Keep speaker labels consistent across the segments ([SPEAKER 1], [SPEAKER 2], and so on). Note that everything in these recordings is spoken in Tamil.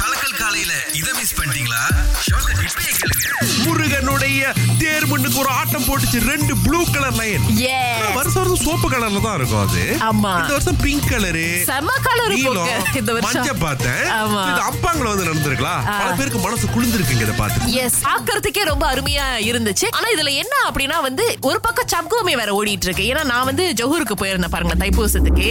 [SPEAKER 1] கலக்கல் காலையில இதை மிஸ் பண்ணிட்டீங்களா ஷோக்க இப்பயே கேளுங்க
[SPEAKER 2] முருகனுடைய தேர் மண்ணுக்கு ஒரு ஆட்டம் போட்டுச்சு ரெண்டு ப்ளூ கலர் லைன்
[SPEAKER 3] Yes.
[SPEAKER 2] வருஷம் வருஷம் சோப்பு கலர்ல தான் இருக்கும் அது
[SPEAKER 3] ஆமா.
[SPEAKER 2] இந்த வருஷம் பிங்க் கலரு
[SPEAKER 3] செம கலர் போக்கு இந்த
[SPEAKER 2] நீலம் மஞ்ச
[SPEAKER 3] வருஷம்
[SPEAKER 2] பார்த்தேன்
[SPEAKER 3] ஆமா.
[SPEAKER 2] இது அப்பாங்கள வந்து நடந்திருக்கலாம்
[SPEAKER 3] ஆ.
[SPEAKER 2] பல பேருக்கு மனசு குளிர்ந்திருக்குங்க இதை பார்த்து
[SPEAKER 3] எஸ் பாக்குறதுக்கே ரொம்ப அருமையா இருந்துச்சு ஆனா இதுல என்ன அப்படின்னா வந்து ஒரு பக்கம் சப்கோமே வேற ஓடிட்டு இருக்கு ஏன்னா நான் வந்து ஜொஹூருக்கு போயிருந்தேன் பாருங்க தைப்பூசத்துக்கு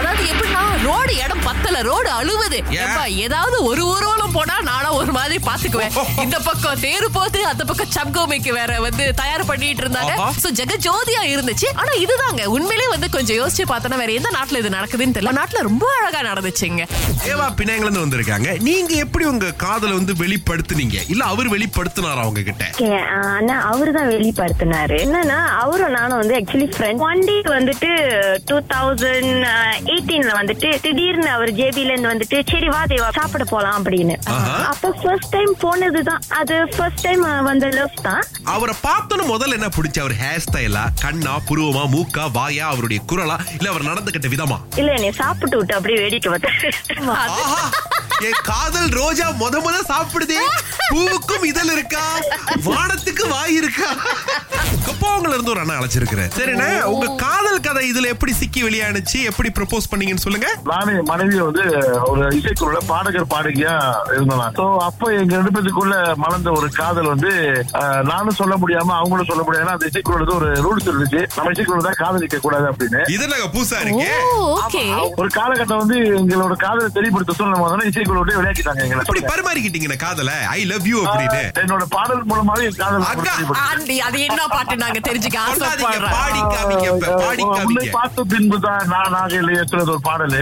[SPEAKER 3] அதாவது எப்படின்னா ரோடு இடம் பத்தல ரோடு அழுவுது
[SPEAKER 2] ஏன்?
[SPEAKER 3] ஏப்பா, ஏதாவது ஒரு ஊர்வலம் போனா நானா ஒரு மாதிரி பாத்துக்குவேன் இந்த பக்கம் தேரு போது அந்த பக்கம் சப்கோமைக்கு வேற வந்து தயார் பண்ணிட்டு இருந்தாங்க
[SPEAKER 2] ஆஹா.
[SPEAKER 3] சோ ஜெகஜோதியா இருந்துச்சு ஆனா இதுதாங்க உண்மையிலேயே வந்து கொஞ்சம் யோசிச்சு பார்த்தோன்னா வேற எந்த நாட்டுல இது நடக்குதுன்னு தெரியல நாட்டுல ரொம்ப அழகா நடந்துச்சுங்க
[SPEAKER 2] தேவா பினாங்கல இருந்து வந்திருக்காங்க நீங்க எப்படி உங்க காதலை வந்து வெளிப்படுத்துனீங்க இல்ல அவர் வெளிப்படுத்தினாரா உங்க கிட்ட
[SPEAKER 4] ஓகே, ஆ, ஆனா அவரு தான் வெளிப்படுத்தினாரு என்னன்னா அவரும் நானும் வந்து ஆக்சுவலி ஃப்ரெண்ட் ஒன் டே வந்துட்டு டூ தௌசண்ட் எயிட்டீன்ல வந்துட்டு திடீர்னு அவர் ஜேபில இருந்து வந்துட்டு சரி வா தேவா சாப்பிட போலாம் அப்படின்னு
[SPEAKER 2] ஆஹா.
[SPEAKER 4] அப்ப ஃபர்ஸ்ட் டைம் போனதுதான் அது ஃபர்ஸ்ட் டைம் வந்த லவ் தான்
[SPEAKER 2] அவரை பார்த்தோன்னு முதல்ல என்ன பிடிச்ச அவர் ஹேர் ஸ்டைலா கண்ணா புருவமா மூக்கா வாயா அவருடைய குரலா இல்ல அவர் நடந்துகிட்ட விதமா
[SPEAKER 4] இல்ல என்னை சாப்பிட்டு விட்டு அப்படியே வேடிக்கை பார்த்தேன்
[SPEAKER 2] ஆஹா என் காதல் ரோஜா முத முத சாப்பிடுதே பூவுக்கும் இதழ் இருக்கா வானத்துக்கு வாய் இருக்கா குப்பவங்கள இருந்து ஒரு அண்ணா அழைச்சிருக்கிறேன் சரிண்ணே உங்க காதல் கதை இதுல எப்படி சிக்கி வெளியானுச்சு எப்படி ப்ரப்போஸ் பண்ணீங்கன்னு சொல்லுங்க
[SPEAKER 5] நானும் என் மனைவி வந்து ஒரு இசைக்குழுல பாடகர் பாடகியா இருந்தோம் சோ அப்ப எங்க ரெண்டு பேத்துக்குள்ள மலர்ந்த ஒரு காதல் வந்து அஹ், நானும் சொல்ல முடியாம அவங்களும் சொல்ல முடியாம அந்த இசைக்குழுல ஒரு ரூல்ஸ் இருந்துச்சு நம்ம இசைக்குழுல தான் காதலிக்க கூடாது அப்படின்னு
[SPEAKER 2] இது நாங்க பூசா இருக்கு
[SPEAKER 3] ஓ ஓகே
[SPEAKER 5] ஒரு காலகட்டம் வந்து எங்களோட காதலை தெரியப்படுத்த சூழ்நிலை முதல்ல இசைக்குழு விட்டு விளையாக்கிட்டாங்க
[SPEAKER 2] அப்படி
[SPEAKER 5] எங்களை
[SPEAKER 2] பரிமாறிக்கிட்டீங்க காதல ஐ லவ் யூ அப்படின்னு
[SPEAKER 5] அஹ், என்னோட பாடல் மூலமாவே என் காதல்
[SPEAKER 2] அக்கா.
[SPEAKER 5] தெரியப்படுத்துச்சு.
[SPEAKER 3] ஆண்டி அது என்ன பாட்டு நாங்க தெரிஞ்சுக்க
[SPEAKER 2] சொல்லாதீங்க,
[SPEAKER 3] ஆசைப்படுறோம்
[SPEAKER 2] பாடிக்காதீங்க இப்ப,
[SPEAKER 5] உன்னை
[SPEAKER 2] பாடிக்காதீங்க
[SPEAKER 5] பார்த்த பின்பு தான் நான் நாகையில் ஏற்றுறது ஒரு பாடல்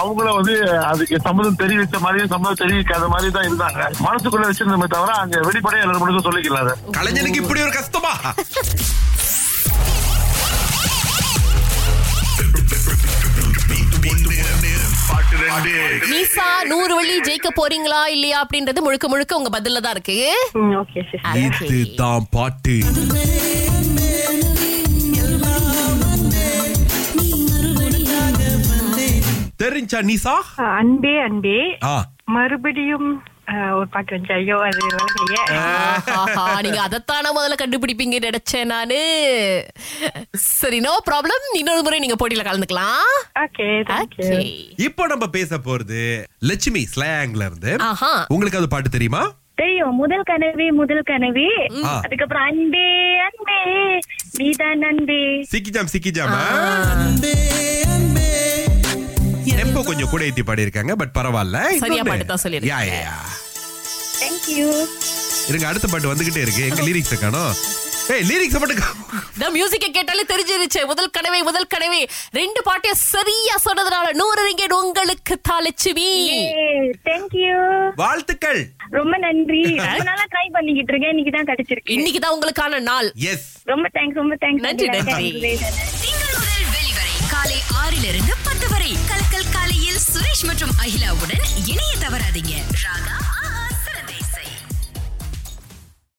[SPEAKER 5] அவங்கள வந்து அதுக்கு சம்மதம் தெரிவித்த மாதிரியும் சம்மதம் தெரிவிக்காத மாதிரி தான் இருந்தாங்க மனசுக்குள்ள வச்சிருந்தமே தவிர அங்க வெளிப்படையா எல்லாரும் முடிஞ்சு சொல்லிக்கலாரு
[SPEAKER 2] கலைஞனுக்கு இப்படி ஒரு கஷ்டமா
[SPEAKER 3] நிசா நூறு வழி ஜெயிக்க போறீங்களா இல்லையா அப்படின்றது முழுக்க முழுக்க உங்க பதில்ல தான் இருக்கு
[SPEAKER 4] ஓகே சார்
[SPEAKER 2] இதுதான் பாட்டு தெரிஞ்சா நீசா
[SPEAKER 6] அஹ் அன்பே அன்பே
[SPEAKER 2] ஆ
[SPEAKER 6] மறுபடியும் அஹ், ஒரு பாட்டு வந்துச்சு ஐயோ அது வரலையே.
[SPEAKER 3] ஆஹாஹா, நீங்க அதைத்தானே முதல்ல கண்டுபிடிப்பீங்க நினைச்சேன் நானு சரி நோ ப்ராப்ளம் இன்னொரு முறை நீங்க போட்டியில கலந்துக்கலாம்
[SPEAKER 6] ஓகே தேங்க்யூ
[SPEAKER 3] Okay.
[SPEAKER 2] இப்போ நம்ம பேச போறது லட்சுமி ஸ்லாங்ல இருந்து
[SPEAKER 3] ஆஹா.
[SPEAKER 2] உங்களுக்கு அது பாட்டு தெரியுமா
[SPEAKER 7] தெரியும் முதல் கனவே முதல் கனவே
[SPEAKER 2] ஆ.
[SPEAKER 7] அதுக்கப்புறம் அன்பே அன்பே நீதான் அன்பே
[SPEAKER 2] சிக்கிஜாம் சிக்கிஜாம் டெம்போ கொஞ்சம் கூட ஏத்தி பாடி இருக்காங்க பட் பரவாயில்ல
[SPEAKER 3] சரியா
[SPEAKER 2] இன்னொன்னு.
[SPEAKER 3] பாட்டுதான் சொல்லிருக்காங்க.
[SPEAKER 2] யா, யா, யா.
[SPEAKER 7] தேங்க்யூ
[SPEAKER 2] இருங்க அடுத்த பாட்டு வந்துகிட்டே இருக்கு எங்க லிரிக்ஸ் காணோம் ஏய் லிரிக்ஸ் மட்டும் கா-
[SPEAKER 3] இந்த மியூசிக்க கேட்டாலே தெரிஞ்சிருச்சு முதல் கனவே முதல் கனவே ரெண்டு பாட்டையும் சரியா சொன்னதுனால நூறு ரிங்கெட் உங்களுக்கு தான் லட்சுமி
[SPEAKER 7] தேங்க்யூ
[SPEAKER 2] வாழ்த்துக்கள்
[SPEAKER 7] ரொம்ப நன்றி ரொம்ப நாளா ட்ரை பண்ணிக்கிட்டு இருக்கேன் இன்னைக்கு தான் கிடைச்சிருக்கு
[SPEAKER 3] இன்னைக்குதான் உங்களுக்கான நாள்
[SPEAKER 2] எஸ்
[SPEAKER 7] ரொம்ப தேங்க்ஸ் ரொம்ப தேங்க்ஸ்
[SPEAKER 3] நன்றி, நன்றி.
[SPEAKER 8] திங்கள் முதல் வெளிவரை காலை ஆறிலிருந்து பத்து வரை கலக்கல் காலையில் சுரேஷ் மற்றும் அகிலாவுடன் இணைய தவறாதீங்க ராகா